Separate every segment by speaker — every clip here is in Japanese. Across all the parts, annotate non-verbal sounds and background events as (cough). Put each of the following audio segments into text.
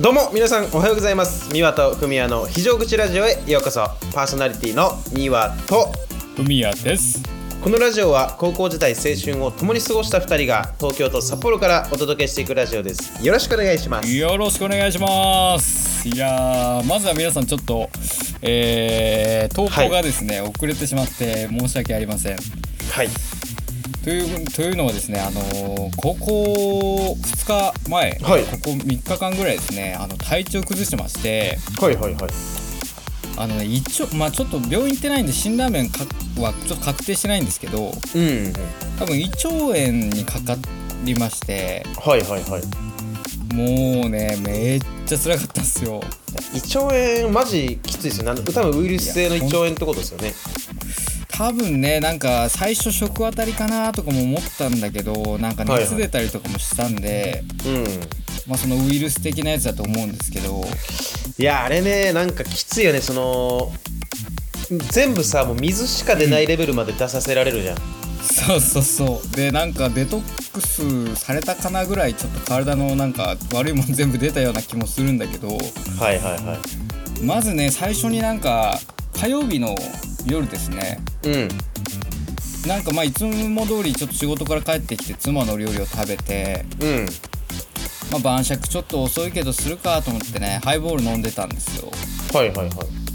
Speaker 1: どうも皆さんおはようございます三輪と組合の非常口ラジオへようこそパーソナリティの三輪と
Speaker 2: 海谷です
Speaker 1: このラジオは高校時代青春を共に過ごした2人が東京と札幌からお届けしていくラジオですよろしくお願いします
Speaker 2: よろしくお願いしますいやーまずは皆さんちょっと、えー、投稿がですね、遅れてしまって申し訳ありません
Speaker 1: はい
Speaker 2: というというのはですね、あのー高校2日前、
Speaker 1: はい
Speaker 2: ここ3日間ぐらいですねあの体調崩してまして
Speaker 1: はいはいはい
Speaker 2: あの、ね、一応、まあ、ちょっと病院行ってないんで診断面かはちょっと確定してないんですけど
Speaker 1: うん
Speaker 2: 多分胃腸炎にかかりまして
Speaker 1: はいはいはい
Speaker 2: もうねめっちゃ辛かったんですよ
Speaker 1: 胃腸炎マジきついですよなん多分ウイルス性の胃腸炎ってことですよね
Speaker 2: 多分ねなんか最初食あたりかなとかも思ったんだけどなんか
Speaker 1: はいはい
Speaker 2: 熱出たりとかもしたんで、
Speaker 1: うん
Speaker 2: まあ、そのウイルス的なやつだと思うんですけど
Speaker 1: いやあれねなんかきついよねその全部さもう水しか出ないレベルまで出させられるじゃん、
Speaker 2: そうそうそうでなんかデトックスされたかなぐらいちょっと体のなんか悪いもん全部出たような気もするんだけど
Speaker 1: はいはいは
Speaker 2: まずね最初になんか火曜日の夜ですね
Speaker 1: いうん
Speaker 2: なんかまあいつも通りちょっと仕事から帰ってきて妻の料理を食べて、
Speaker 1: うん
Speaker 2: まあ、晩酌ちょっと遅いけどするかと思ってねハイボール飲んでたんですよ
Speaker 1: はいはいはい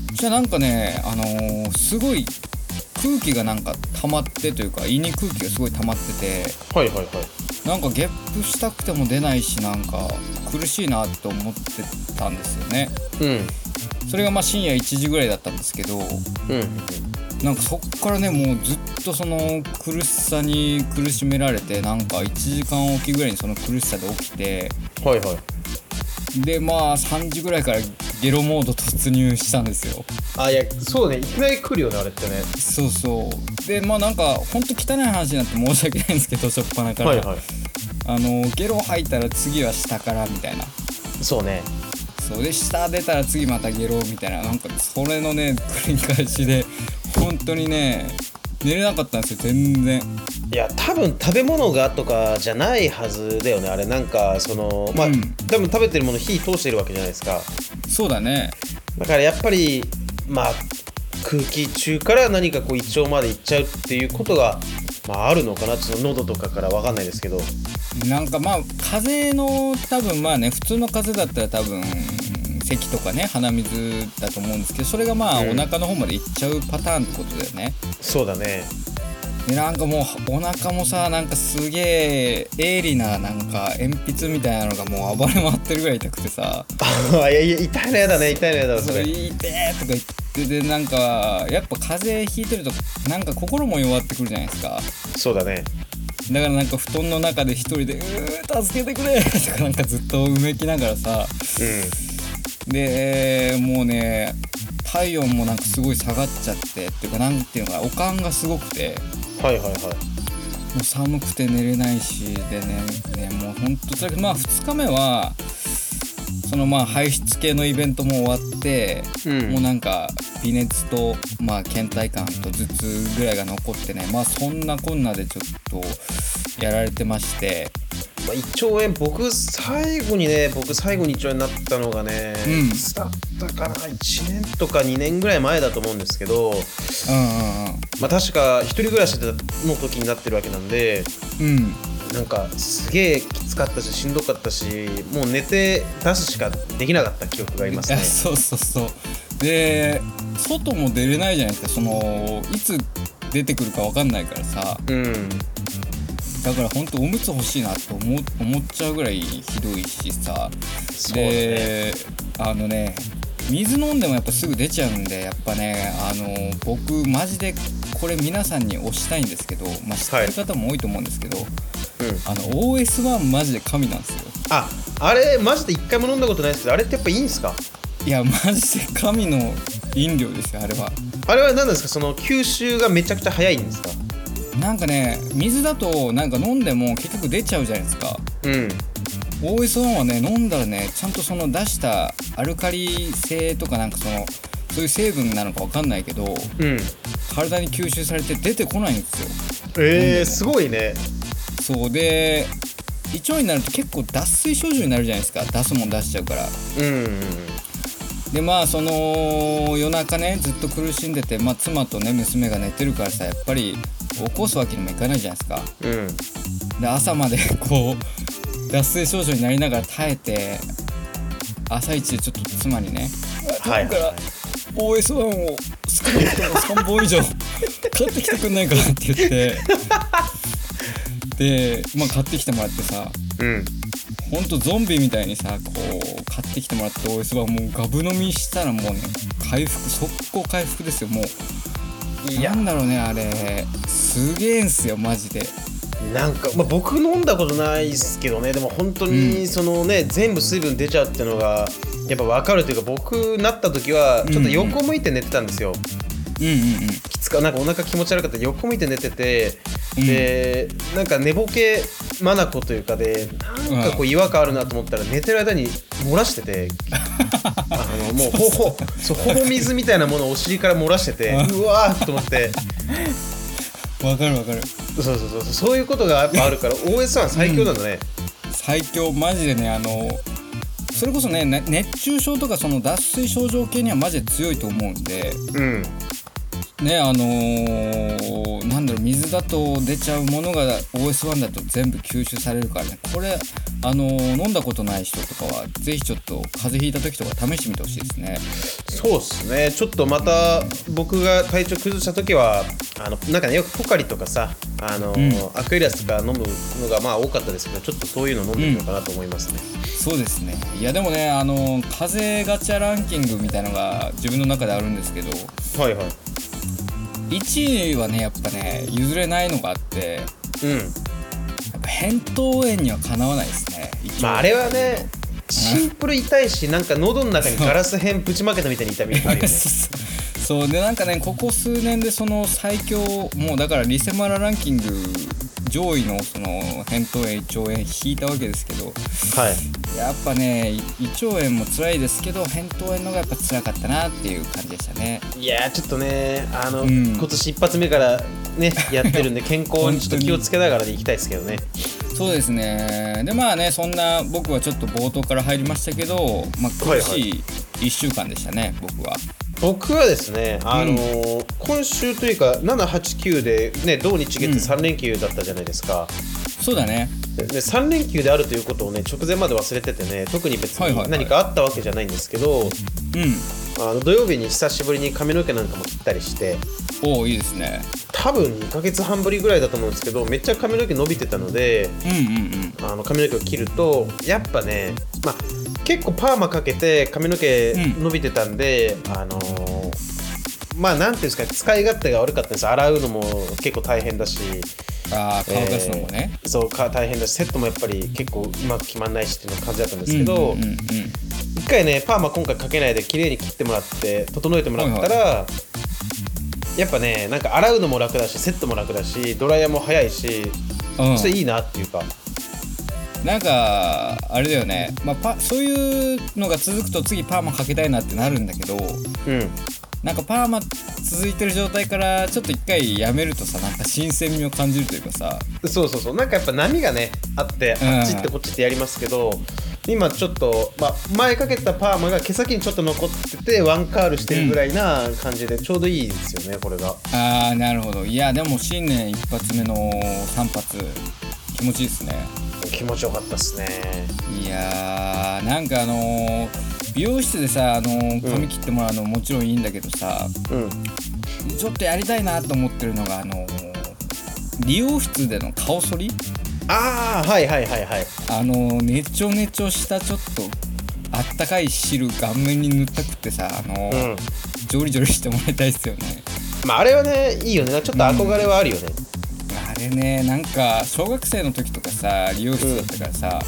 Speaker 2: そしたらなんかねあのーすごい空気がなんか溜まってというか胃に空気がすごい溜まってて
Speaker 1: はいはいはい
Speaker 2: なんかゲップしたくても出ないしなんか苦しいなと思ってたんですよね
Speaker 1: うん
Speaker 2: それがまあ深夜1時ぐらいだったんですけど
Speaker 1: うん
Speaker 2: なんかそっからねもうずっとその苦しさに苦しめられてなんか1時間おきぐらいにその苦しさで起きて
Speaker 1: はいはい
Speaker 2: でまあ3時ぐらいからゲロモード突入したんですよ
Speaker 1: あいやそうねいきなり来るよねあれってね
Speaker 2: そうそうでまあなんかほんと汚い話になって申し訳ないんですけど初っ端から、
Speaker 1: はいはい
Speaker 2: あのゲロ吐いたら次は下からみたいな
Speaker 1: そうね
Speaker 2: そうで下出たら次またゲロみたいななんかそれのね繰り返しで本当にね寝れなかったんですよ全然
Speaker 1: いや多分食べ物がとかじゃないはずだよねあれなんかそのまあ、
Speaker 2: うん
Speaker 1: 多分食べてるもの火通してるわけじゃないですか
Speaker 2: そうだね
Speaker 1: だからやっぱりまあ空気中から何かこう胃腸まで行っちゃうっていうことが、まあ、あるのかなその喉とかからわかんないですけど
Speaker 2: なんかまあ風邪の多分まあね普通の風邪だったら多分咳とかね鼻水だと思うんですけどそれがまあ
Speaker 1: う
Speaker 2: お
Speaker 1: ん
Speaker 2: 腹の方までいっちゃうパターンってことだよね、
Speaker 1: そうだね (laughs)
Speaker 2: でなんかもうお腹もさなんかすげえ鋭利ななんか鉛筆みたいなのがもう暴れ回ってるぐらい痛くてさ
Speaker 1: あいやいや痛いのやだね痛いのやだ
Speaker 2: 「
Speaker 1: わそれ
Speaker 2: いてえ!」とか言ってでなんかやっぱ風邪ひいてるとなんか心も弱ってくるじゃないですか
Speaker 1: そうだね
Speaker 2: だからなんか布団の中で一人で「うー助けてくれ!」とかなんかずっとうめきながらさ
Speaker 1: う
Speaker 2: でもうね体温もなんかすごい下がっちゃってっていうかなんていうのかなおかんがすごくて。
Speaker 1: んはいはいはい
Speaker 2: もう寒くて寝れないしでねねもうほんとつらくてまあ2日目はそのまあ排出系のイベントも終わって、
Speaker 1: うん
Speaker 2: もうなんか微熱とまあ倦怠感と頭痛ぐらいが残ってねまあそんなこんなでちょっとやられてまして
Speaker 1: まあ、胃腸炎僕最後にね僕最後に胃腸炎になったのがね、
Speaker 2: うん
Speaker 1: いつだったかな1年とか2年ぐらい前だと思うんですけど、
Speaker 2: う
Speaker 1: まあ、確か一人暮らしの時になってるわけなんで
Speaker 2: んうんうんうん
Speaker 1: なんかすげえきつかったししんどかったしもう寝て出すしかできなかった記憶があります
Speaker 2: (laughs) い
Speaker 1: ね
Speaker 2: やそうそうそうで外も出れないじゃないですかそのいつ出てくるかわかんないからさ
Speaker 1: うん
Speaker 2: だから本当おむつ欲しいなと思思っちゃうぐらいひどいしさ
Speaker 1: そうですね
Speaker 2: であのね水飲んでもやっぱすぐ出ちゃうんでやっぱねあの僕マジでこれ皆さんに推したいんですけど、まあ、知ってる方も多いと思うんですけど、
Speaker 1: うん
Speaker 2: あの OS1 マジで神なんですよ
Speaker 1: ああれマジで一回も飲んだことないですけどあれってやっぱいいんですか
Speaker 2: いやマジで神の飲料ですよあれは
Speaker 1: あれは何なんですかその吸収がめちゃくちゃ早いんですか
Speaker 2: なんかね水だとなんか飲んでも結局出ちゃうじゃないですか
Speaker 1: うん
Speaker 2: OS1 はね飲んだらねちゃんとその出したアルカリ性とかなんかそのそういう成分なのかわかんないけど
Speaker 1: うん
Speaker 2: 体に吸収されて出てこないんですよ
Speaker 1: えー、すごいね
Speaker 2: そうで胃腸になると結構脱水症状になるじゃないですか出すもん出しちゃうから
Speaker 1: うんうん
Speaker 2: でまあその夜中ねずっと苦しんでて、まあ、妻とね娘が寝てるからさやっぱり起こすわけにもいかないじゃないですか
Speaker 1: うんうん
Speaker 2: で朝まで (laughs) こう脱水症状になりながら耐えて朝一でちょっと妻にね「
Speaker 1: はい
Speaker 2: 頼むから OS1 を少なくとも3本以上 (laughs) 買ってきてくんないかな」って言ってでまあ買ってきてもらってさ
Speaker 1: うん
Speaker 2: ほんとゾンビみたいにさこう買ってきてもらって OS1 もうガブ飲みしたらもうね回復速攻回復ですよもう
Speaker 1: い
Speaker 2: な
Speaker 1: や
Speaker 2: んだろうねあれすげえんすよマジで
Speaker 1: なんか、まあ、僕飲んだことないですけどねでも本当
Speaker 2: う
Speaker 1: に
Speaker 2: ん
Speaker 1: そのね、全部水分出ちゃうっていうのがやっぱ分かるというか僕なった時はちょっと横向いて寝てたんですよ、
Speaker 2: うんうんうん
Speaker 1: きつかなんかお腹気持ち悪かった横向いて寝てて、
Speaker 2: うん
Speaker 1: でなんか寝ぼけ眼というかでなんかこう違和感あるなと思ったら寝てる間に漏らして (laughs) てあのもうほほそうほぼ水みたいなものをお尻から漏らしててうわーっと思って
Speaker 2: わかるわかる
Speaker 1: そうそうそうそうそういうことがやっぱあるから OS1 最強なんだね、
Speaker 2: 最強マジでねあのそれこそねね熱中症とかその脱水症状系にはマジで強いと思うんで
Speaker 1: うん
Speaker 2: ねあのーなんだろう水だと出ちゃうものが OS1 だと全部吸収されるからねこれあのー飲んだことない人とかはぜひちょっと風邪ひいた時とか試してみてほしいですね
Speaker 1: そうっすねちょっとまた僕が体調崩した時はあのなんかねよくポカリとかさあの、
Speaker 2: うん
Speaker 1: アクエリアスとか飲むのがまあ多かったですけどちょっとそういうの飲んでみようかなと思いますね、
Speaker 2: そうですねいやでもねあのー風邪ガチャランキングみたいのが自分の中であるんですけど
Speaker 1: はいはい
Speaker 2: 1位はねやっぱね譲れないのがあって
Speaker 1: うん
Speaker 2: やっぱ扁桃炎にはかなわないですね。
Speaker 1: まああれはねシンプル痛いしなんか喉の中にガラス片ぶちまけたみたいに痛みあるよね
Speaker 2: (laughs) そうでなんかねここ数年でその最強もうだからリセマラランキング上位のその扁桃炎胃腸炎引いたわけですけど
Speaker 1: はい
Speaker 2: やっぱねい胃腸炎も辛いですけど扁桃炎の方がやっぱ辛かったなっていう感じでしたね
Speaker 1: いやーちょっとねあの、
Speaker 2: うん
Speaker 1: 今年一発目からねやって
Speaker 2: (laughs)
Speaker 1: るんで健康にちょっと気をつけながらでいきたいですけどね
Speaker 2: そうですねでまあねそんな僕はちょっと冒頭から入りましたけど、まあ、
Speaker 1: はい
Speaker 2: 苦
Speaker 1: は
Speaker 2: し
Speaker 1: い
Speaker 2: い1週間でしたね僕は
Speaker 1: 僕はですね、あのー今週というか789で、ね、同日月3連休だったじゃないですか、
Speaker 2: そうだね
Speaker 1: で3連休であるということをね直前まで忘れててね特に別
Speaker 2: はいはいは
Speaker 1: に
Speaker 2: い
Speaker 1: 何かあったわけじゃないんですけど、
Speaker 2: うん
Speaker 1: あの土曜日に久しぶりに髪の毛なんかも切ったりして
Speaker 2: おおいいですね
Speaker 1: 多分2ヶ月半ぶりぐらいだと思うんですけどめっちゃ髪の毛伸びてたので
Speaker 2: うんうんうん
Speaker 1: あの髪の毛を切るとやっぱね、まあ、結構パーマかけて髪の毛
Speaker 2: うん
Speaker 1: 伸びてたんで、あのーまあなんていうんですか使い勝手が悪かったんです洗うのも結構大変だし
Speaker 2: ああ乾かすのもね、
Speaker 1: えーそうか大変だしセットもやっぱり結構うまく決まんないしっていうの感じだったんですけど、
Speaker 2: うんうんうん
Speaker 1: 一回ねパーマ今回かけないで綺麗に切ってもらって整えてもらったら、やっぱねなんか洗うのも楽だしセットも楽だしドライヤーも早いし、
Speaker 2: うん
Speaker 1: それいいなっていうか
Speaker 2: なんかあれだよね、まあ、パそういうのが続くと次パーマかけたいなってなるんだけど
Speaker 1: うん
Speaker 2: なんかパーマ続いてる状態からちょっと一回やめるとさなんか新鮮味を感じるというかさ
Speaker 1: そうそうそうなんかやっぱ波がねあって
Speaker 2: うん
Speaker 1: あっちってこっちってやりますけど、今ちょっと、まあ、前かけたパーマが毛先にちょっと残っててワンカールしてるぐらいな感じでちょうどいいですよねこれが
Speaker 2: あーなるほどいやでも新年一発目の3発気持ちいいですね
Speaker 1: 気持ちよかったですね
Speaker 2: いやーなんかあのー美容室でさ、あのー
Speaker 1: うん
Speaker 2: 髪切ってもらうのももちろんいいんだけどさ、
Speaker 1: うん
Speaker 2: ちょっとやりたいなと思ってるのがあの理容室での顔剃り
Speaker 1: ああはいはいはいはい
Speaker 2: あの熱ちょ熱ちょしたちょっとあったかい汁顔面に塗ったくってさあの、
Speaker 1: うん
Speaker 2: ジョリジョリしてもらいたいっすよね
Speaker 1: まああれはねいいよねなんかちょっと憧れはあるよね、
Speaker 2: あれねなんか小学生の時とかさ理容室だったからさ、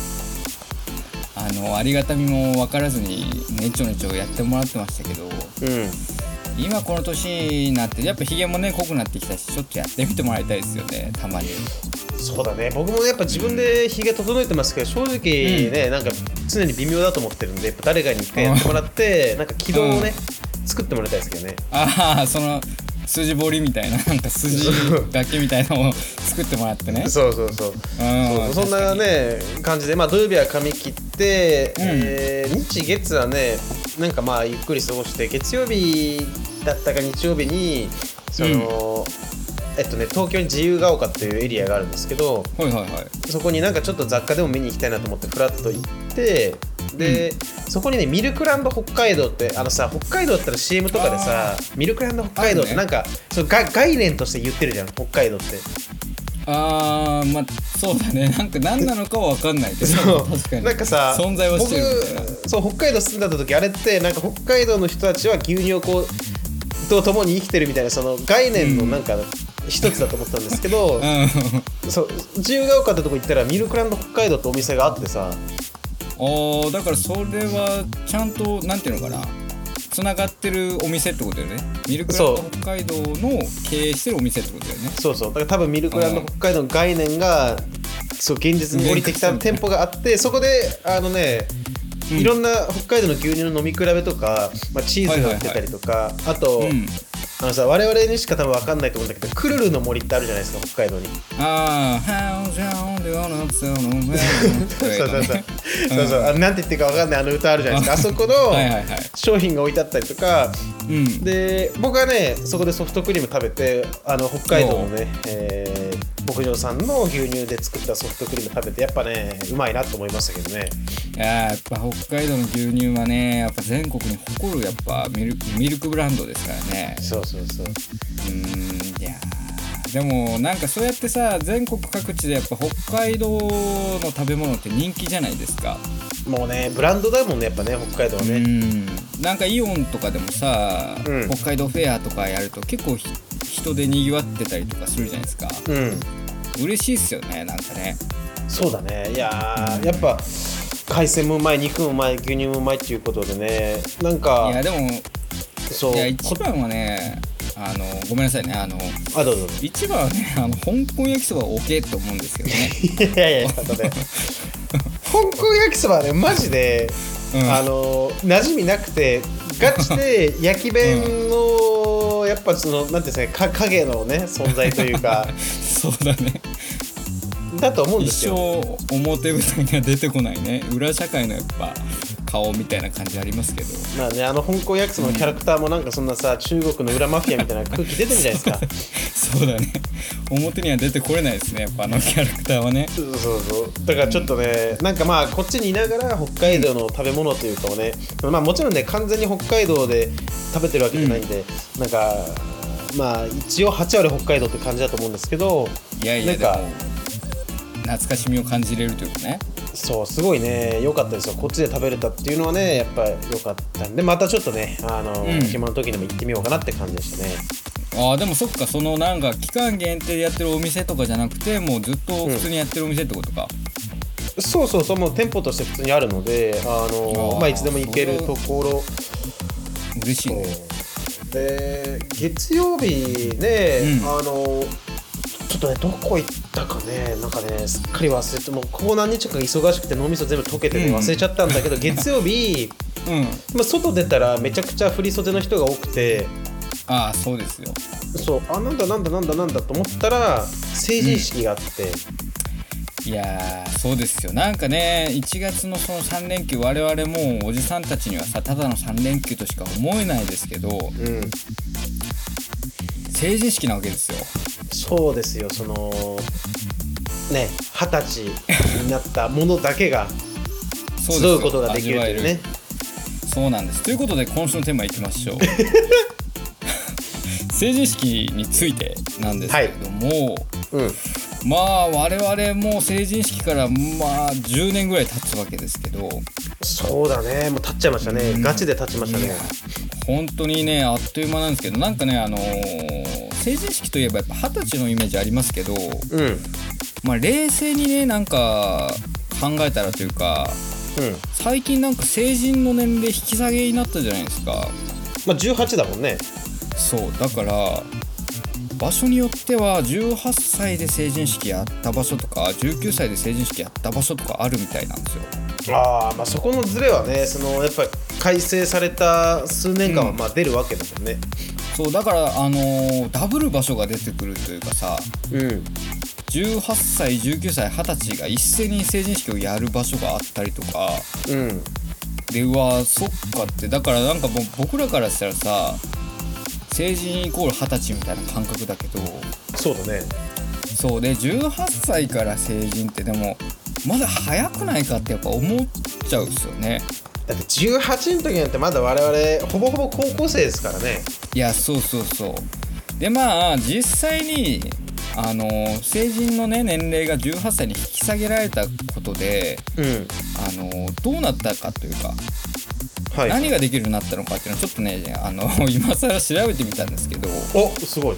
Speaker 2: あのありがたみも分からずにネチョネチョやってもらってましたけど
Speaker 1: うん
Speaker 2: 今この年になってやっぱひげもね濃くなってきたしちょっとやってみてもらいたいですよねたまに
Speaker 1: そうだね僕もねやっぱ自分でひげ整えてますけど正直ね、なんか常に微妙だと思ってるんでやっぱ誰かに一回やってもらってなんか軌道をね、作ってもらいたいですけどね
Speaker 2: ああその筋彫りみたいななんか筋だけみたいなのを作ってもらってね
Speaker 1: そうそうそう
Speaker 2: うん
Speaker 1: そうそんなね感じで、まあ、土曜日は髪切って、
Speaker 2: うん
Speaker 1: えー日月はねなんかまあゆっくり過ごして月曜日だったか日曜日にその、えっとね東京に自由が丘っていうエリアがあるんですけど
Speaker 2: はいはいはい
Speaker 1: そこになんかちょっと雑貨でも見に行きたいなと思ってフラッと行ってで、そこにねミルクランド北海道ってあのさ北海道だったら CM とかでさミルクランド北海道っ
Speaker 2: あ
Speaker 1: て
Speaker 2: るね
Speaker 1: なんか、そうが概念として言ってるじゃん北海道って。
Speaker 2: あーまあそうだね (laughs) なんか何なのかは分かんないけど
Speaker 1: そう
Speaker 2: 確かに
Speaker 1: なんかさ
Speaker 2: 存在はしてるみたいな
Speaker 1: 僕そう北海道住んだ時あれってなんか北海道の人たちは牛乳をこうと共に生きてるみたいなその概念のなんか一つだと思ったんですけど、
Speaker 2: うん
Speaker 1: そう自由が丘ってとこ行ったらミルクランド北海道ってお店があってさ
Speaker 2: ああだからそれはちゃんとなんていうのかなつながってるお店ってことだよねミルクランド
Speaker 1: そう
Speaker 2: 北海道の経営してるお店ってことだよね
Speaker 1: そうそうだから多分ミルクランド
Speaker 2: うん
Speaker 1: 北海道の概念がそう現実に降りてきた
Speaker 2: 現実
Speaker 1: 店舗があってそこであのね
Speaker 2: うん
Speaker 1: いろんな北海道の牛乳の飲み比べとか、まあ、チーズが売ってたりとか、あと、
Speaker 2: うん
Speaker 1: あのさ我々にしか多分分かんないと思うんだけどクルルの森ってあるじゃないですか北海道に
Speaker 2: ああハウジャンでワナツのメン
Speaker 1: そうそうそうそう
Speaker 2: うん
Speaker 1: そうそうあなんて言ってるか分かんないあの歌あるじゃないですかあそこの
Speaker 2: (laughs) はいはいはい
Speaker 1: 商品が置いてあったりとか
Speaker 2: うん
Speaker 1: で僕はねそこでソフトクリーム食べてあの北海道のね、えー牧場さんの牛乳で作ったソフトクリーム食べてやっぱねうまいなと思いましたけどね
Speaker 2: いやーやっぱ北海道の牛乳はねやっぱ全国に誇るやっぱミルミルクブランドですからね
Speaker 1: そうそうそう
Speaker 2: うーんいやーでもなんかそうやってさ全国各地でやっぱ北海道の食べ物って人気じゃないですか
Speaker 1: もうねブランドだもんねやっぱね北海道は
Speaker 2: う
Speaker 1: ね、
Speaker 2: んなんかイオンとかでもさ、
Speaker 1: うん
Speaker 2: 北海道フェアとかやると結構ひ人でにぎわってたりとかするじゃないですか
Speaker 1: うん、
Speaker 2: 嬉しいっすよねなんかね
Speaker 1: そうだねいやーやっぱ海鮮もうまい肉もうまい牛乳もうまいっていうことでねなん
Speaker 2: い
Speaker 1: か
Speaker 2: やでも
Speaker 1: そう
Speaker 2: いや一番はねあのごめんなさいねあの
Speaker 1: あどうぞ
Speaker 2: 一番はねあの香港焼きそばを置けと思うんですけ
Speaker 1: (laughs)
Speaker 2: どね
Speaker 1: いやいやいやあとね香港焼きそばはねマジで、
Speaker 2: うん
Speaker 1: あの馴染みなくてガチで焼き弁の、やっぱそのなんていうんですかねか影のね存在というか
Speaker 2: そうだね
Speaker 1: だと思うんで
Speaker 2: 一
Speaker 1: す
Speaker 2: 生
Speaker 1: よ
Speaker 2: 表舞台には出てこないね裏社会のやっぱ顔みたいな感じありますけど (laughs)
Speaker 1: まあねあの香港焼きそばのキャラクターもなんかそんなさ中国の裏マフィアみたいな空気出てるじゃないですか
Speaker 2: そうだね表には出てこれないですねやっぱあのキャラクターはね
Speaker 1: そうそうそうだからちょっとねなんかまあこっちにいながら北海道の食べ物というかをね、まあもちろんね完全に北海道で食べてるわけじゃないんで、なんかまあ一応8割北海道って感じだと思うんですけど
Speaker 2: いやいや
Speaker 1: なん
Speaker 2: でも
Speaker 1: か
Speaker 2: 懐かしみを感じれるというかね
Speaker 1: そうすごいね良かったですよこっちで食べれたっていうのはねやっぱ良かったんでまたちょっとねあの、
Speaker 2: うん
Speaker 1: 暇の時にも行ってみようかなって感じでしたね
Speaker 2: ああでもそっかそのなんか期間限定でやってるお店とかじゃなくてもうずっと普通にやってるお店ってことか、
Speaker 1: そうそうそうもう店舗として普通にあるのであの
Speaker 2: あー
Speaker 1: まあいつでも行けるところ
Speaker 2: 嬉しいね
Speaker 1: で月曜日ね、
Speaker 2: うん
Speaker 1: あのちょっとねどこ行ったかねなんかねすっかり忘れてもうここ何日か忙しくて脳みそ全部溶けてね、
Speaker 2: うん
Speaker 1: 忘れちゃったん
Speaker 2: (laughs)
Speaker 1: だけど月曜日、
Speaker 2: うん
Speaker 1: まあ、外出たらめちゃくちゃ振り袖の人が多くて
Speaker 2: ああそうですよ
Speaker 1: そうあなんだなんだなんだなんだと思ったら成人式があって、
Speaker 2: いやーそうですよなんかね1月のその3連休我々もうおじさんたちにはさただの3連休としか思えないですけど
Speaker 1: うん
Speaker 2: 成人式なわけですよ
Speaker 1: そうですよそのね二十歳になったものだけが
Speaker 2: そです
Speaker 1: 集
Speaker 2: よ
Speaker 1: うことができるという
Speaker 2: 味わえ
Speaker 1: ね。
Speaker 2: そうなんですということで今週のテーマいきま
Speaker 1: (laughs)
Speaker 2: しょう成人式についてなんですけれども、
Speaker 1: うん
Speaker 2: まあ我々もう成人式からまあ10年ぐらい経つわけですけど
Speaker 1: そうだね、もう立っちゃいましたね、
Speaker 2: うん
Speaker 1: ガチで立ちました
Speaker 2: い
Speaker 1: ね
Speaker 2: や。本当にねあっという間なんですけどなんかねあのー成人式といえばやっぱ二十歳のイメージありますけど、
Speaker 1: うん、うん、
Speaker 2: まあ、冷静にねなんか考えたらというか最近なんか成人の年齢引き下げになったじゃないですか。
Speaker 1: まあ、18だもんね。
Speaker 2: そうだから場所によっては18歳で成人式やった場所とか19歳で成人式やった場所とかあるみたいなんですよ。
Speaker 1: ああ、まあ、そこのズレはね、そのやっぱり改正された数年間は
Speaker 2: うん
Speaker 1: まあ出るわけだもんね。
Speaker 2: そうだからあのーダブる場所が出てくるというかさ
Speaker 1: うん
Speaker 2: 18歳19歳20歳が一斉に成人式をやる場所があったりとか
Speaker 1: うん
Speaker 2: でうわそっかってだからなんかもう僕らからしたらさ成人イコール二十歳みたいな感覚だけど
Speaker 1: そうだね
Speaker 2: そうで18歳から成人ってでもまだ早くないかってやっぱ思っちゃうっすよね
Speaker 1: だって18の時なんてまだ我々ほぼほぼ高校生ですからね
Speaker 2: いやそうそうそうでまあ実際にあの成人のね年齢が18歳に引き下げられたことで
Speaker 1: うん
Speaker 2: あのどうなったかというか
Speaker 1: はい
Speaker 2: 何ができるようになったのかっていうのをちょっとねあの (laughs) 今更調べてみたんですけど
Speaker 1: おすごい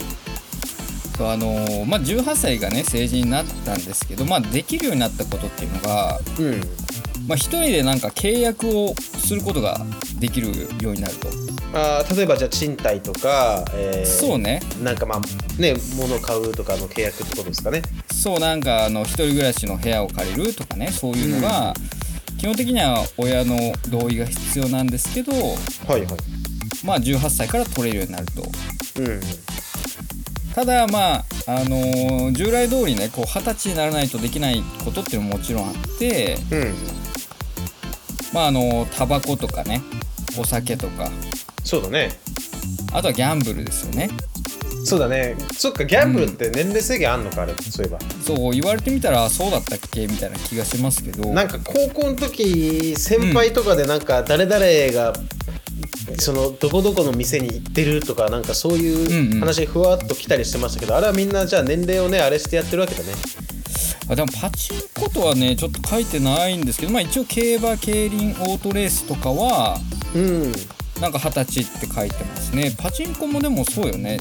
Speaker 2: そうあの、まあ、18歳がね成人になったんですけど、まあ、できるようになったことっていうのが、
Speaker 1: うん
Speaker 2: まあ、一人でなんか契約をすることができるようになると、
Speaker 1: あー例えばじゃあ賃貸とか、えー
Speaker 2: そうね
Speaker 1: なんかまあね物を買うとかの契約ってことですかね
Speaker 2: そうなんかあの一人暮らしの部屋を借りるとかねそういうのが、基本的には親の同意が必要なんですけど、
Speaker 1: はいはい
Speaker 2: まあ、18歳から取れるようになると。
Speaker 1: うん
Speaker 2: ただまああのー従来通りねこう二十歳にならないとできないことっていうのももちろんあって
Speaker 1: うん
Speaker 2: まああのータバコとかねお酒とか
Speaker 1: そうだね
Speaker 2: あとはギャンブルですよね
Speaker 1: そうだねそっかギャンブルって年齢制限あんのかあれそういえば
Speaker 2: そう言われてみたらそうだったっけみたいな気がしますけど
Speaker 1: なんか高校の時先輩とかでなんか誰々が、そのどこどこの店に行ってるとかなんかそう
Speaker 2: ん
Speaker 1: いううん話ふわっと来たりしてましたけど、あれはみんなじゃあ年齢をねあれしてやってるわけだね
Speaker 2: あでもパチンコとはねちょっと書いてないんですけどまあ一応競馬競輪オートレースとかは
Speaker 1: うん
Speaker 2: なんか二十歳って書いてますねパチンコもでもそうよね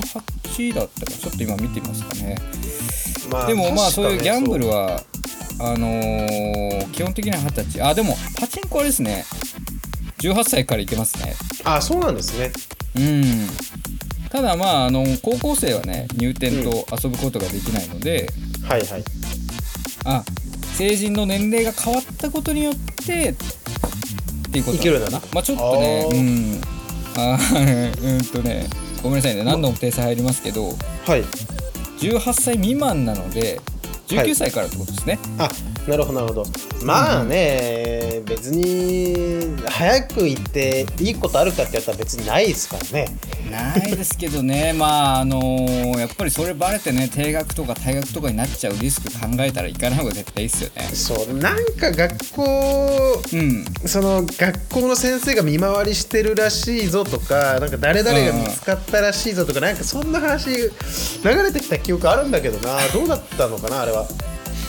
Speaker 2: 18だったかちょっと今見てみますかね
Speaker 1: まあ
Speaker 2: でもまあ
Speaker 1: 確
Speaker 2: そ
Speaker 1: か
Speaker 2: うい
Speaker 1: ね
Speaker 2: うギャンブルはあのー基本的には二十歳あでもパチンコはあれですね18歳からいけます
Speaker 1: そ
Speaker 2: ね
Speaker 1: うあそうなんですね
Speaker 2: うんただまああの高校生はね入店と遊ぶことができないので、
Speaker 1: はいはい
Speaker 2: あ成人の年齢が変わったことによってっていうこと
Speaker 1: いけるよう
Speaker 2: な
Speaker 1: にな
Speaker 2: のか
Speaker 1: った
Speaker 2: まあちょっとね
Speaker 1: あ
Speaker 2: う
Speaker 1: ー
Speaker 2: んあ (laughs) ーうんとねごめんなさいね何度も訂正入りますけど
Speaker 1: はい
Speaker 2: 18歳未満なので19歳からってことですね、
Speaker 1: あなるほどなるほどまあね、別に早く行っていいことあるかって言ったら別にないですからね
Speaker 2: ないですけどね (laughs) まああのーやっぱりそれバレてね定額とか退学とかになっちゃうリスク考えたら行かない方が絶対いいっすよね
Speaker 1: そうなんか学校
Speaker 2: うん
Speaker 1: その学校の先生が見回りしてるらしいぞとかなんか誰々が見つかったらしいぞとかなんかそんな話流れてきた記憶あるんだけどなどうだったのかなあれは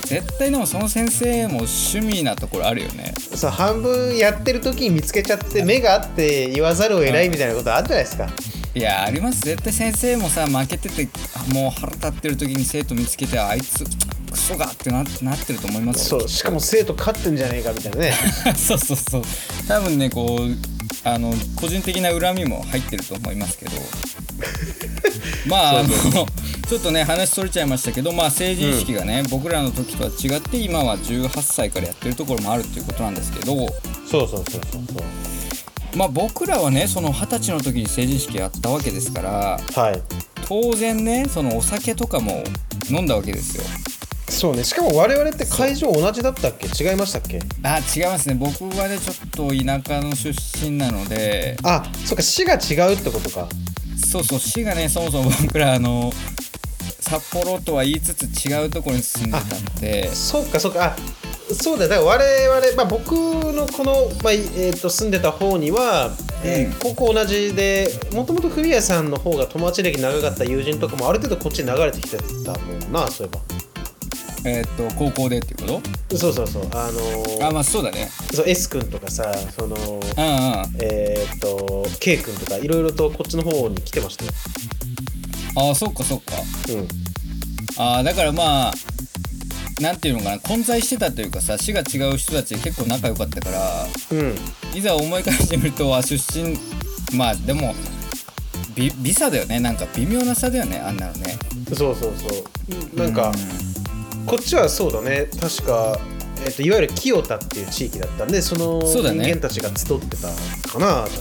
Speaker 2: 絶対でもその先生も趣味なところあるよね
Speaker 1: そう半分やってる時に見つけちゃって目があって言わざるを得ないみたいなことあるじゃないですか
Speaker 2: いやあります絶対先生もさ負けててもう腹立ってる時に生徒見つけてあいつクソがってななってると思います
Speaker 1: そ
Speaker 2: よ
Speaker 1: うしかも生徒勝ってんじゃねえかみたいなね
Speaker 2: (laughs) そうそうそう多分ねこうあの個人的な恨みも入ってると思います (laughs) けどまああのちょっとね話それちゃいましたけど、まあ、成人式がね、僕らの時とは違って今は18歳からやってるところもあるということなんですけど、
Speaker 1: そうそうそうそうそう
Speaker 2: まあ、僕らはねその二十歳の時に成人式やったわけですから
Speaker 1: はい。
Speaker 2: 当然ねそのお酒とかも飲んだわけですよ。
Speaker 1: そうね。しかも我々って会場同じだったっけ違いましたっけ
Speaker 2: あ違いますね僕はねちょっと田舎の出身なので
Speaker 1: あ、そっか、市が違うってことか。
Speaker 2: そうそう市がねそもそも僕らあの札幌とは言いつつ違うところに住んでたんで
Speaker 1: そっか、そっか。あそうだよ。だから我々、まあ、僕のこの、まあいえー、と住んでた方には、えー高校同じで、もともと古谷さんの方が友達歴長かった友人とかもある程度こっちに流れてきてたもんな、そういえ
Speaker 2: えーっと高校でっていうこ
Speaker 1: ば。そうそうそう。あの
Speaker 2: とあ
Speaker 1: ー
Speaker 2: まあそうだね
Speaker 1: そう S 君とかさ、その、
Speaker 2: うんうんあ
Speaker 1: えっ、と、K 君とか、いろいろとこっちの方に来てましたよ。
Speaker 2: あそっかそっか
Speaker 1: うん。
Speaker 2: あーだからまあなんていうのかな混在してたというかさ市が違う人たち結構仲良かったから
Speaker 1: うん。
Speaker 2: いざ思い返してみるとあ出身まあでもび微差だよねなんか微妙な差だよねあんなのね
Speaker 1: そうそうそうなんか、
Speaker 2: う
Speaker 1: こっちはそうだね確か、えっといわゆる清田っていう地域だったんでその
Speaker 2: そうだ
Speaker 1: 人
Speaker 2: ね
Speaker 1: 間たちが集ってたかな、確か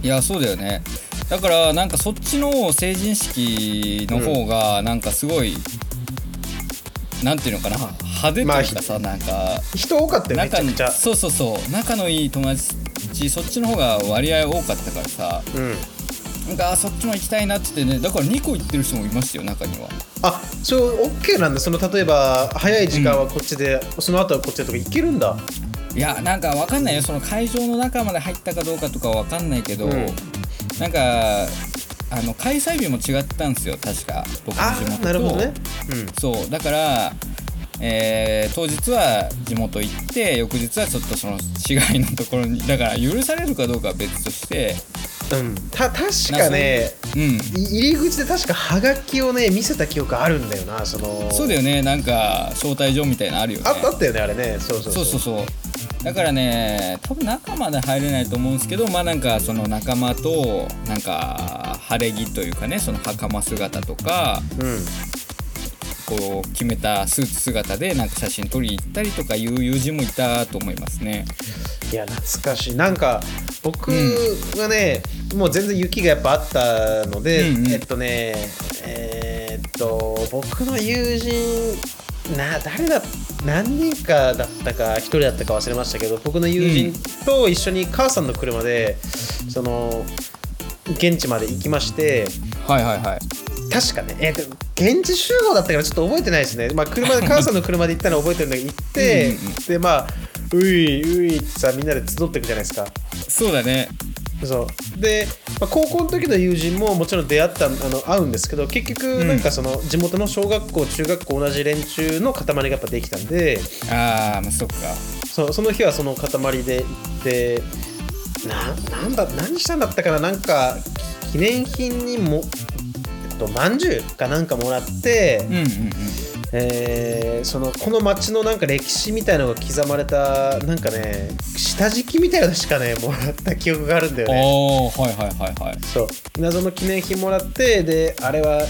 Speaker 2: んいやそうだよねだからなんかそっちの成人式の方がなんかすごい、なんていうのかな派手というかさ、なんか
Speaker 1: 人多かったよめちゃくちゃ
Speaker 2: 仲そうそうそう仲のいい友達そっちの方が割合多かったからさ
Speaker 1: うん
Speaker 2: なんかあそっちも行きたいなって言ってねだから2個行ってる人もいましたよ中には
Speaker 1: あそれ OK なんだその例えば早い時間はこっちで、その後はこっちでとか行けるんだ
Speaker 2: いやなんかわかんないよその会場の中まで入ったかどうかとかはわかんないけど、
Speaker 1: うん
Speaker 2: なんかあの開催日も違ったんですよ確か僕の
Speaker 1: あ
Speaker 2: 地元
Speaker 1: あ
Speaker 2: と
Speaker 1: なるほどねうん
Speaker 2: そうだから、えー当日は地元行って翌日はちょっとその市外のところにだから許されるかどうかは別として
Speaker 1: うん、た確かね
Speaker 2: うん
Speaker 1: い入り口で確かハガキをね見せた記憶あるんだよなその
Speaker 2: そうだよねなんか招待状みたいなのあるよね
Speaker 1: ああったよねあれねそうそう
Speaker 2: そうそうそうだからね多分中まで入れないと思うんですけどまあなんかその仲間となんか晴れ着というかねその袴姿とか
Speaker 1: うん
Speaker 2: こう決めたスーツ姿でなんか写真撮りに行ったりとかいう友人もいたと思いますね
Speaker 1: いや懐かしいなんか僕
Speaker 2: う
Speaker 1: がね、もう全然雪がやっぱあったので、
Speaker 2: うんうん
Speaker 1: えっとねえーっと僕の友人な誰だ何人かだったか1人だったか忘れましたけど僕の友人と一緒に母さんの車でその現地まで行きまして
Speaker 2: はいはいはい
Speaker 1: 確かね、えーと現地集合だったからちょっと覚えてないですね、まあ、車
Speaker 2: (laughs)
Speaker 1: で母さんの車で行ったのは覚えてるんだけど行って
Speaker 2: うんうんうん
Speaker 1: でまあういういってさみんなで集っていくじゃないですか
Speaker 2: そうだね
Speaker 1: そうで、まあ、高校の時の友人ももちろん出会ったあの会うんですけど結局
Speaker 2: うん
Speaker 1: なんかその地元の小学校中学校同じ連中の塊がやっぱできたんで
Speaker 2: ああまあそっか
Speaker 1: そうその日はその塊で行ってななんだ何したんだったかななんか記念品にもえっとまんじゅうかなんかもらって、
Speaker 2: うんうんうん
Speaker 1: えーそのこの町のなんか歴史みたいのが刻まれたなんかね下敷きみたいなのしかねもらった記憶があるんだよね
Speaker 2: おーはいはいはいはい
Speaker 1: そう謎の記念品もらってであれは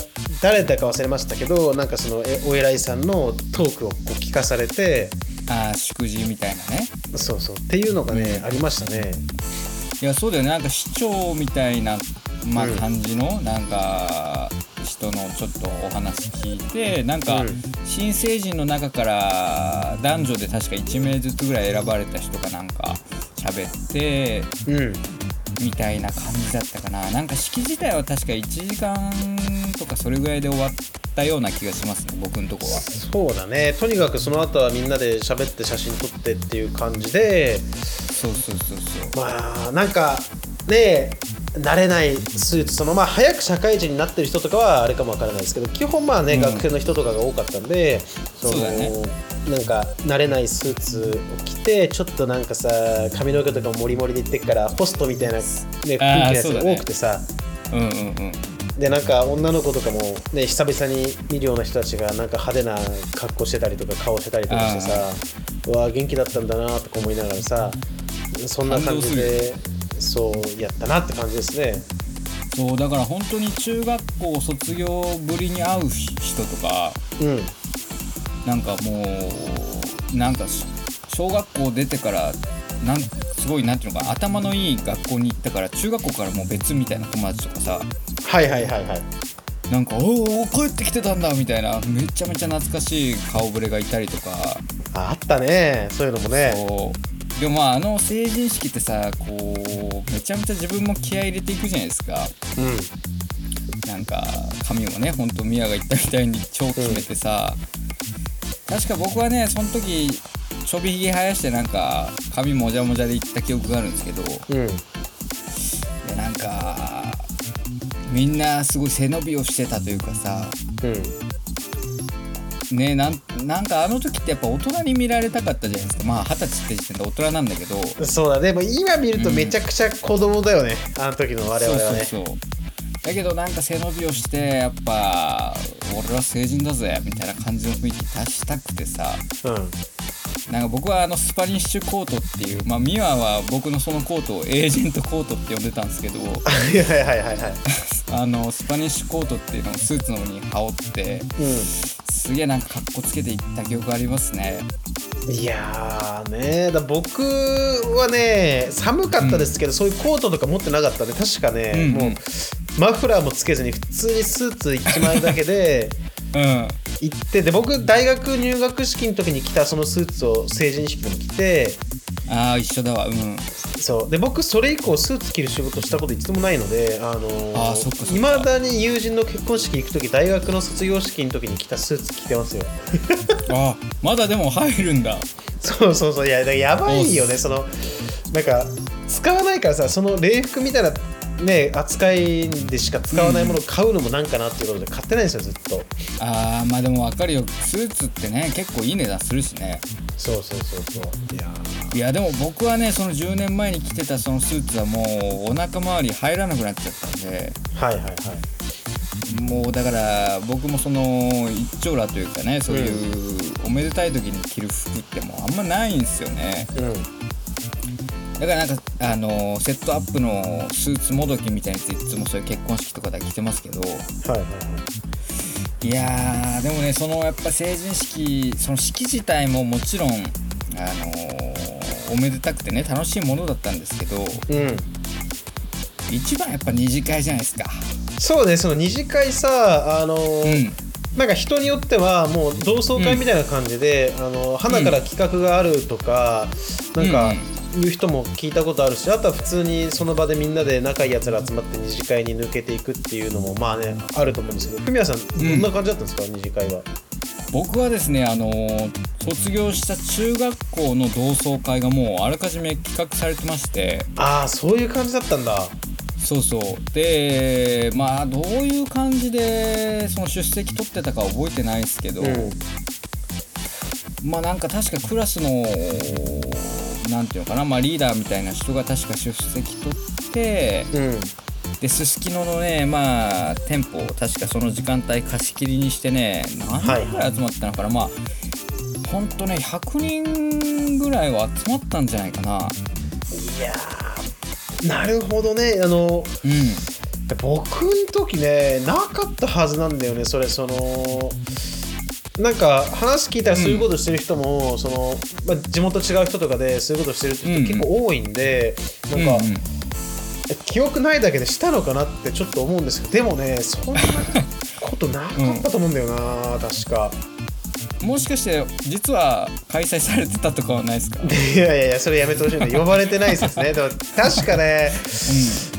Speaker 1: 誰だか忘れましたけどなんかそのえお偉いさんのトークをこう聞かされて
Speaker 2: ああ祝辞みたいなね
Speaker 1: そうそうっていうのがね、
Speaker 2: うん
Speaker 1: ありましたね
Speaker 2: いやそうだよねなんか市長みたいな、まあ、
Speaker 1: うん
Speaker 2: 感じの、なんか人のちょっとお話聞いてなんか、
Speaker 1: うん
Speaker 2: 新成人の中から男女で確か1名ずつぐらい選ばれた人かなんか喋って
Speaker 1: うん
Speaker 2: みたいな感じだったかななんか式自体は確か1時間とかそれぐらいで終わったような気がしますね僕のとこは。
Speaker 1: そうだねとにかくその後はみんなで喋って写真撮ってっていう感じで
Speaker 2: そうそうそうそう
Speaker 1: まあなんかね慣れないスーツそのまあ早く社会人になってる人とかはあれかもわからないですけど基本まあね、
Speaker 2: うん
Speaker 1: 学生の人とかが多かったんでそ
Speaker 2: そうだね
Speaker 1: なんか慣れないスーツを着てちょっとなんかさ髪の毛とかもモリモリでいってっからホストみたいな、ね、空気のやつ
Speaker 2: そうだ
Speaker 1: が
Speaker 2: ね
Speaker 1: 多くてさ、
Speaker 2: うんうんうん
Speaker 1: でなんか女の子とかもね久々に見るような人たちがなんか派手な格好してたりとか顔してたりとかしてさうわー元気だったんだなとか思いながらさそんな感じでそうやったなって感じですね
Speaker 2: そうだから本当に中学校卒業ぶりに会う人とか
Speaker 1: うん
Speaker 2: なんかもうなんかし小学校出てからなんすごいなんていうのかな頭のいい学校に行ったから中学校からもう別みたいな友達とかさ
Speaker 1: はいはいはいはい
Speaker 2: なんか「おーおー帰ってきてたんだ」みたいなめちゃめちゃ懐かしい顔ぶれがいたりとか、
Speaker 1: ああったねそういうのもね
Speaker 2: そうでもまああの成人式ってさこうめちゃめちゃ自分も気合い入れていくじゃないですか
Speaker 1: うん
Speaker 2: なんか髪もねほんとミヤが言ったみたいに超決めてさ、確か僕はねその時ちょびひげ生やしてなんか髪もじゃもじゃで行った記憶があるんですけど
Speaker 1: うん
Speaker 2: でなんかみんなすごい背伸びをしてたというかさ
Speaker 1: うん
Speaker 2: ねなんなんかあの時ってやっぱ大人に見られたかったじゃないですかまあ二十歳って時点で大人なんだけど
Speaker 1: そうだねもう今見るとめちゃくちゃ子供だよね、あの時の我々はね
Speaker 2: そうそうそうだけどなんか背伸びをしてやっぱ俺は成人だぜみたいな感じの雰囲気出したくてさ
Speaker 1: うん (laughs)
Speaker 2: なんか僕はあのスパニッシュコートっていう、まあ、ミワは僕のそのコートをエージェントコートって呼んでたんですけど
Speaker 1: はいはいはいはいはい
Speaker 2: あのスパニッシュコートっていうのをスーツの上に羽織って
Speaker 1: うん
Speaker 2: すげえなんかかっこつけていった記憶ありますね
Speaker 1: いやーねだ僕はね寒かったですけど、そういうコートとか持ってなかったんで確かね、
Speaker 2: うんうん
Speaker 1: もうマフラーもつけずに普通にスーツ1枚だけで
Speaker 2: うん
Speaker 1: 行ってで僕大学入学式の時に着たそのスーツを成人式の時に着て
Speaker 2: ああ一緒だわうん
Speaker 1: そうで僕それ以降スーツ着る仕事したこと一度もないのであのー
Speaker 2: あーそっかそっか
Speaker 1: いまだに友人の結婚式行く時大学の卒業式の時に着たスーツ着てますよ
Speaker 2: あまだでも入るんだ
Speaker 1: そうそうそういやだからやばいよねそのなんか使わないからさその礼服みたいなね扱いでしか使わないものを買うのもなんかなっていうことで買ってないんですよずっと
Speaker 2: あーまあでも分かるよスーツってね結構いい値段するしね
Speaker 1: そうそうそうそういや
Speaker 2: いやでも僕はねその10年前に着てたそのスーツはもうお腹周り入らなくなっちゃったんで
Speaker 1: ーはいはいはい
Speaker 2: もうだから僕もその一丁羅というかねそういうおめでたい時に着る服ってもうあんまないんですよね
Speaker 1: うん
Speaker 2: だからなんかあのセットアップのスーツもどきみたいなやついつもそういう結婚式とかで着てますけど
Speaker 1: はいはいはい
Speaker 2: いやーでもねそのやっぱ成人式その式自体ももちろんあのーおめでたくてね楽しいものだったんですけど
Speaker 1: うん
Speaker 2: 一番やっぱ二次会じゃないですか
Speaker 1: そうねその二次会さあのー
Speaker 2: うん
Speaker 1: なんか人によってはもう同窓会みたいな感じで、あの花から企画があるとか、なんかいう人も聞いたことあるしあとは普通にその場でみんなで仲いいやつら集まって二次会に抜けていくっていうのもまあねあると思うんですけどフミヤさんどんな感じだったんですか、二次会は
Speaker 2: 僕はですねあのー卒業した中学校の同窓会がもうあらかじめ企画されてまして
Speaker 1: ああそういう感じだったんだ
Speaker 2: そうそうでまあどういう感じでその出席取ってたかは覚えてないですけど、
Speaker 1: うん
Speaker 2: まあなんか確かクラスのなんていうのかな、まあ、リーダーみたいな人が確か出席取って
Speaker 1: うん
Speaker 2: でススキノのねまあ店舗を確かその時間帯貸し切りにしてね何人ぐらい集まったのかな、まあほんとね100人ぐらいは集まったんじゃないかない
Speaker 1: やーなるほどねあの
Speaker 2: うん
Speaker 1: 僕の時ねなかったはずなんだよねそれそのなんか話聞いたらそういうことしてる人も、そのまあ、地元違う人とかでそういうことしてるって人結構多いんで、なんか、
Speaker 2: うんうん
Speaker 1: 記憶ないだけでしたのかなってちょっと思うんですけどでもねそんなことなかったと思うんだよな、確か
Speaker 2: もしかして実は開催されてたとかはないですか、うん、
Speaker 1: いやいやいやそれやめてほしいな呼ばれてないですねでも確かね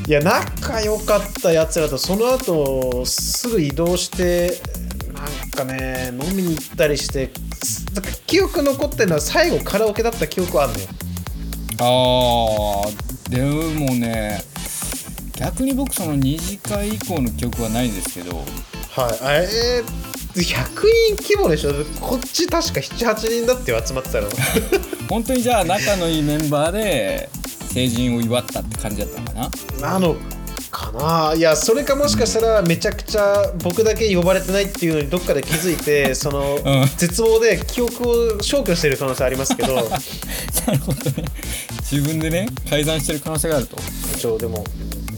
Speaker 1: いや仲良かったやつらとその後すぐ移動してなんかね飲みに行ったりしてなんか記憶残ってるのは最後カラオケだった記憶はあるのよ
Speaker 2: あーでもね逆に僕その2次会以降の記憶はないんですけど
Speaker 1: はいあえー、100人規模でしょこっち確か78人だって集まってたの
Speaker 2: 本当にじゃあ仲のいいメンバーで成人を祝ったって感じだったのかな
Speaker 1: なのかないやそれかもしかしたらめちゃくちゃ僕だけ呼ばれてないっていうのにどっかで気づい
Speaker 2: (laughs)
Speaker 1: てその、
Speaker 2: ん
Speaker 1: 絶望で記憶を消去してる可能性あります
Speaker 2: (laughs)
Speaker 1: けど
Speaker 2: なるほどね (laughs) 自分でね改ざんしてる可能性があると
Speaker 1: 一応でも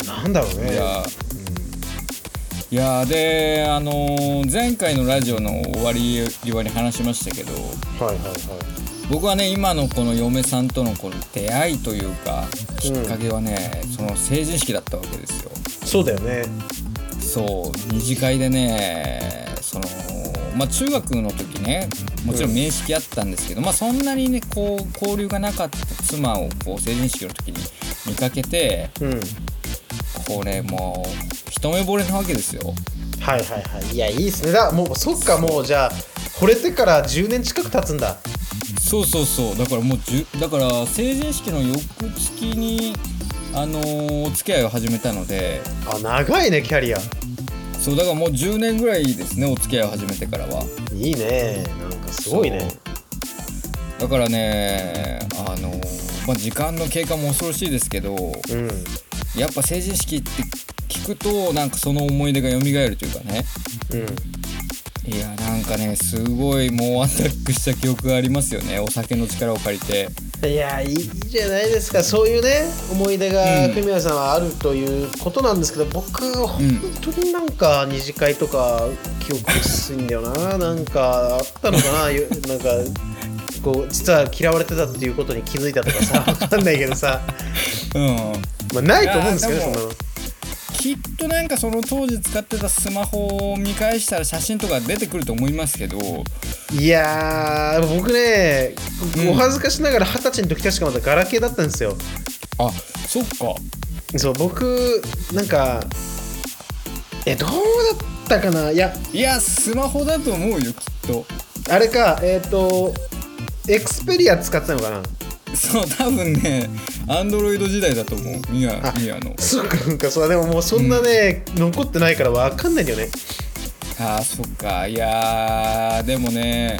Speaker 1: なんだろうね
Speaker 2: いやいやーであのー前回のラジオの終わり際に話しましたけど
Speaker 1: はいはいはい
Speaker 2: 僕はね今のこの嫁さんとのこの出会いというかきっかけはね、その成人式だったわけですよ
Speaker 1: そうだよね
Speaker 2: そう二次会でねそのまあ中学の時ねもちろん面識あったんですけど、まあそんなにねこう交流がなかった妻をこう成人式の時に見かけて
Speaker 1: うん
Speaker 2: これもう一目惚れなわけですよ
Speaker 1: はいはいはいいやいいっすねだもうそっかもうじゃあ惚れてから10年近く経つんだ
Speaker 2: そうそうそうだからもうじゅだから成人式の翌月にあのーお付き合いを始めたので
Speaker 1: あ長いねキャリア
Speaker 2: そうだからもう10年ぐらいですねお付き合いを始めてからはい
Speaker 1: いねなんかすごいね
Speaker 2: だからねあの、まあ、時間の経過も恐ろしいですけど
Speaker 1: うん
Speaker 2: やっぱ成人式って聞くとなんかその思い出が蘇るというかね
Speaker 1: うん
Speaker 2: いやなんかねすごいもうアタックした記憶がありますよねお酒の力を借りて
Speaker 1: いやいいじゃないですかそういうね思い出が
Speaker 2: うん
Speaker 1: フミヤさんはあるということなんですけど、僕本当になんか二次会と (laughs) か記憶薄いんだよななんかあったのかなゆなんかこう実は嫌われてたっていうことに気づいたとかさ (laughs) わかんないけどさ、
Speaker 2: うん
Speaker 1: まあ、ないと思うんですけど
Speaker 2: いや
Speaker 1: そん
Speaker 2: ーで
Speaker 1: な
Speaker 2: も
Speaker 1: の
Speaker 2: きっとなんかその当時使ってたスマホを見返したら写真とか出てくると思いますけど
Speaker 1: いやー僕ね
Speaker 2: うん
Speaker 1: お恥ずかしながら二十歳の時確かまだガラケーだったんですよ
Speaker 2: あそっか
Speaker 1: そう僕なんかえどうだったかないや
Speaker 2: いやスマホだと思うよきっと (laughs)
Speaker 1: あれかえっ、とエクスペリア使ってたのかな
Speaker 2: そう多分ねアンドロイド時代だと思うミア
Speaker 1: あ
Speaker 2: ミアの
Speaker 1: そっかそっかそうでももうそんなね、残ってないからわかんないんだよね
Speaker 2: あーそっかいやーでもね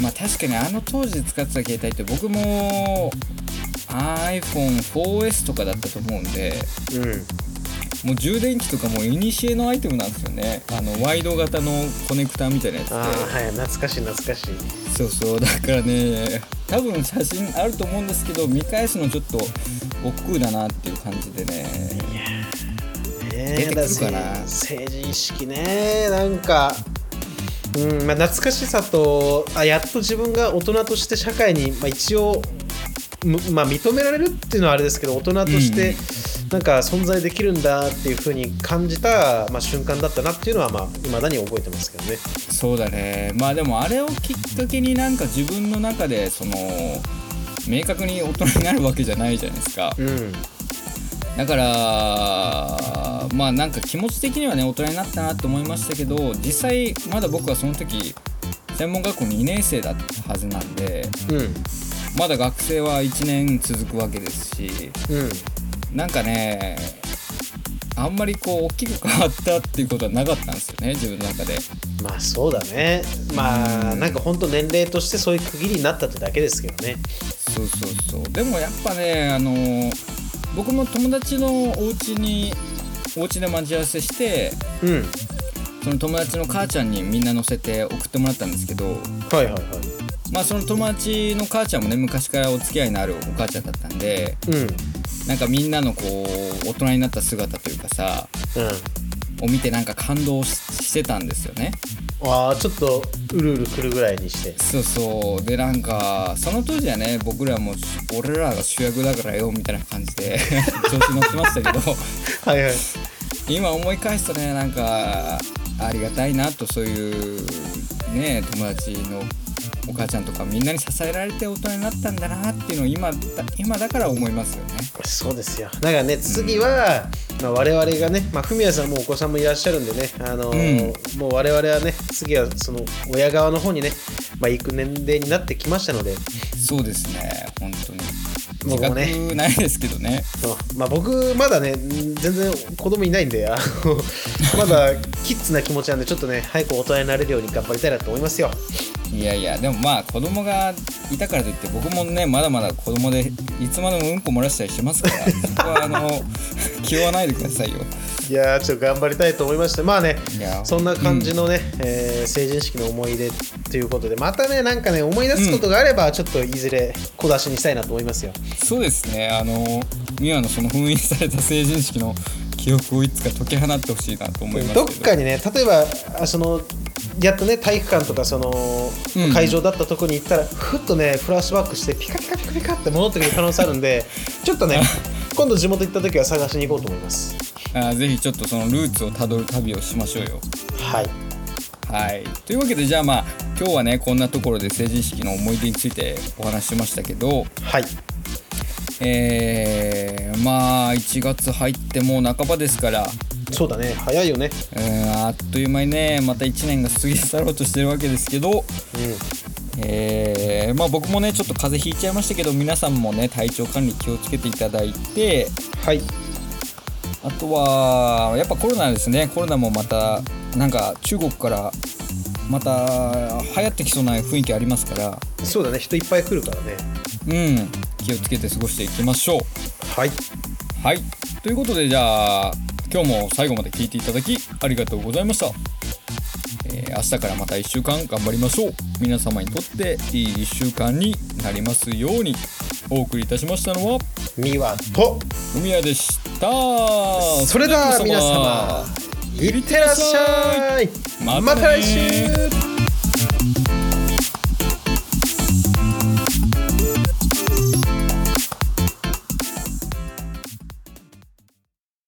Speaker 2: まあ確かにあの当時使ってた携帯って僕も iPhone4S とかだったと思うんで
Speaker 1: うん
Speaker 2: もう充電器とかもいにしえのアイテムなんですよねあのワイド型のコネクターみたいなやつ
Speaker 1: ああ
Speaker 2: で
Speaker 1: はい懐かしい懐かしい
Speaker 2: そうそうだからね多分写真あると思うんですけど見返すのちょっと億劫だなっていう感じでね
Speaker 1: ね
Speaker 2: 出てくるかな
Speaker 1: だって成人式ねなんかうんまあ懐かしさとあやっと自分が大人として社会に、まあ、一応むまあ、認められるっていうのはあれですけど大人としてなんか存在できるんだっていうふうに感じた、まあ、瞬間だったなっていうのはまあ未だに覚えてますけどね。
Speaker 2: そうだねまあでもあれをきっかけになんか自分の中でその明確に大人になるわけじゃないじゃないですか
Speaker 1: うん、
Speaker 2: だからまあなんか気持ち的にはね大人になったなと思いましたけど実際まだ僕はその時専門学校2年生だったはずなんで
Speaker 1: うん
Speaker 2: まだ学生は1年続くわけですし
Speaker 1: うん
Speaker 2: なんかねあんまりこう大きく変わったっていうことはなかったんですよね自分の中で
Speaker 1: まあそうだねまあ
Speaker 2: うん
Speaker 1: なんか本当年齢としてそういう区切りになったってだけですけどね
Speaker 2: そうそうそうでもやっぱねあの僕も友達のお家にお家で待ち合わせして
Speaker 1: うん
Speaker 2: その友達の母ちゃんにみんな乗せて送ってもらったんですけど
Speaker 1: はいはいは
Speaker 2: まあその友達の母ちゃんもね昔からお付き合いのあるお母ちゃんだったんで
Speaker 1: いうんうん
Speaker 2: なんかみんなのこう大人になった姿というかさを見てなんか感動ししてたんですよね
Speaker 1: ああちょっとうるうるくるぐらいにして
Speaker 2: そうそうでなんかその当時はね僕らも俺らが主役だからよみたいな感じで (laughs) 調子乗ってましたけど
Speaker 1: はいはい
Speaker 2: 今思い返すとねなんかありがたいなとそういうね友達のお母ちゃんとかみんなに支えられて大人になったんだなっていうのを今だ今だから思いますよね。
Speaker 1: そうですよだからね次は、まあ、我々がねまあ文也さんもお子さんもいらっしゃるんでねあのーもう我々はね次はその親側の方にね、まあ、行く年齢になってきましたので、
Speaker 2: そうですね本当に自
Speaker 1: 僕もね
Speaker 2: 覚ないですけどね
Speaker 1: まあ、僕まだね全然子供いないんであの (laughs) まだキッズな気持ちなんでちょっとね早く大人になれるように頑張りたいなと思いますよ
Speaker 2: いやいやでもまあ子供がいたからといって僕もねまだまだ子供でいつまでもうんこ漏らしたりしてますからそこはあの気負わないでくださいよ。
Speaker 1: いやーちょっと頑張りたいと思いましてまあね
Speaker 2: いや
Speaker 1: そんな感じのね、えー成人式の思い出ということでまたねなんかね思い出すことがあればちょっといずれ小出しにしたいなと思いますよ、
Speaker 2: そうですねあのミワのその封印された成人式の記憶をいつか解き放ってほしいなと思いますけ
Speaker 1: ど
Speaker 2: ど
Speaker 1: っかにね例えばあそのやっとね体育館とかその、
Speaker 2: うん
Speaker 1: 会場だったとこに行ったらふっとねフラッシュバックしてピカピカピカピカって戻ってくる可能性あるんで
Speaker 2: (laughs)
Speaker 1: ちょっとね今度地元行った時は探しに行こうと思います
Speaker 2: あぜひちょっとそのルーツをたどる旅をしましょうよ
Speaker 1: はい
Speaker 2: はいというわけでじゃあまあ今日はねこんなところで成人式の思い出についてお話ししましたけど
Speaker 1: はい
Speaker 2: えー、まあ1月入ってもう半ばですから
Speaker 1: そうだね早いよね
Speaker 2: うんあっという間にねまた1年が過ぎ去ろうとしてるわけですけど
Speaker 1: う
Speaker 2: えーまあ僕もねちょっと風邪ひいちゃいましたけど皆さんもね体調管理気をつけていただいて
Speaker 1: んはい
Speaker 2: あとはやっぱコロナですねコロナもまたなんか中国からまた流行ってきそうな雰囲気ありますから
Speaker 1: そうだね人いっぱい来るからね
Speaker 2: うん気をつけて過ごしていきましょう
Speaker 1: はい
Speaker 2: はいということでじゃあ今日も最後まで聞いていただきありがとうございました、えー明日からまた1週間頑張りましょう皆様にとっていい1週間になりますようにお送りいたしましたのは
Speaker 1: 美和と
Speaker 2: 海谷でした
Speaker 1: それでは皆様いってらっしゃい
Speaker 2: またね
Speaker 1: また来週